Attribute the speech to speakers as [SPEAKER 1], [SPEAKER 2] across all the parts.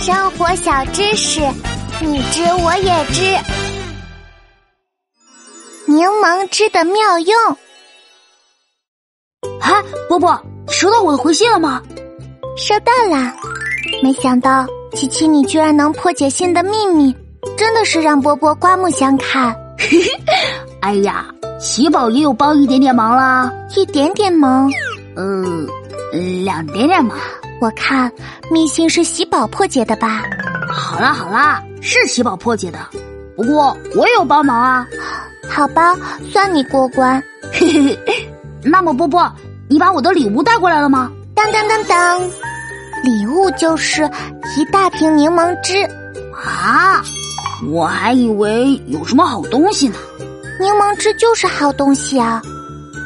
[SPEAKER 1] 生活小知识，你知我也知。柠檬汁的妙用。
[SPEAKER 2] 哎，波波，你收到我的回信了吗？
[SPEAKER 1] 收到啦！没想到琪琪你居然能破解信的秘密，真的是让波波刮目相看。
[SPEAKER 2] 哎呀，喜宝也有帮一点点忙啦，
[SPEAKER 1] 一点点忙，
[SPEAKER 2] 嗯，两点点忙。
[SPEAKER 1] 我看密信是喜宝破解的吧？
[SPEAKER 2] 好啦好啦，是喜宝破解的，不过我也有帮忙啊。
[SPEAKER 1] 好吧，算你过关。
[SPEAKER 2] 嘿嘿嘿，那么波波，你把我的礼物带过来了吗？
[SPEAKER 1] 当当当当，礼物就是一大瓶柠檬汁。
[SPEAKER 2] 啊，我还以为有什么好东西呢。
[SPEAKER 1] 柠檬汁就是好东西啊！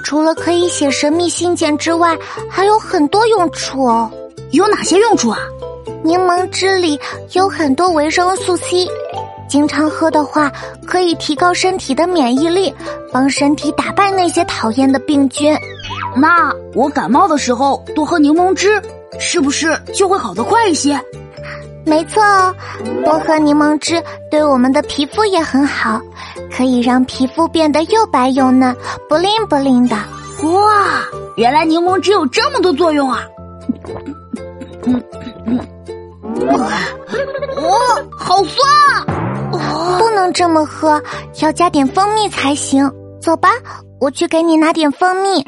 [SPEAKER 1] 除了可以写神秘信件之外，还有很多用处哦。
[SPEAKER 2] 有哪些用处啊？
[SPEAKER 1] 柠檬汁里有很多维生素 C，经常喝的话可以提高身体的免疫力，帮身体打败那些讨厌的病菌。
[SPEAKER 2] 那我感冒的时候多喝柠檬汁，是不是就会好得快一些？
[SPEAKER 1] 没错哦，多喝柠檬汁对我们的皮肤也很好，可以让皮肤变得又白又嫩，不灵不灵的。
[SPEAKER 2] 哇，原来柠檬汁有这么多作用啊！哦，好酸啊！哦，
[SPEAKER 1] 不能这么喝，要加点蜂蜜才行。走吧，我去给你拿点蜂蜜。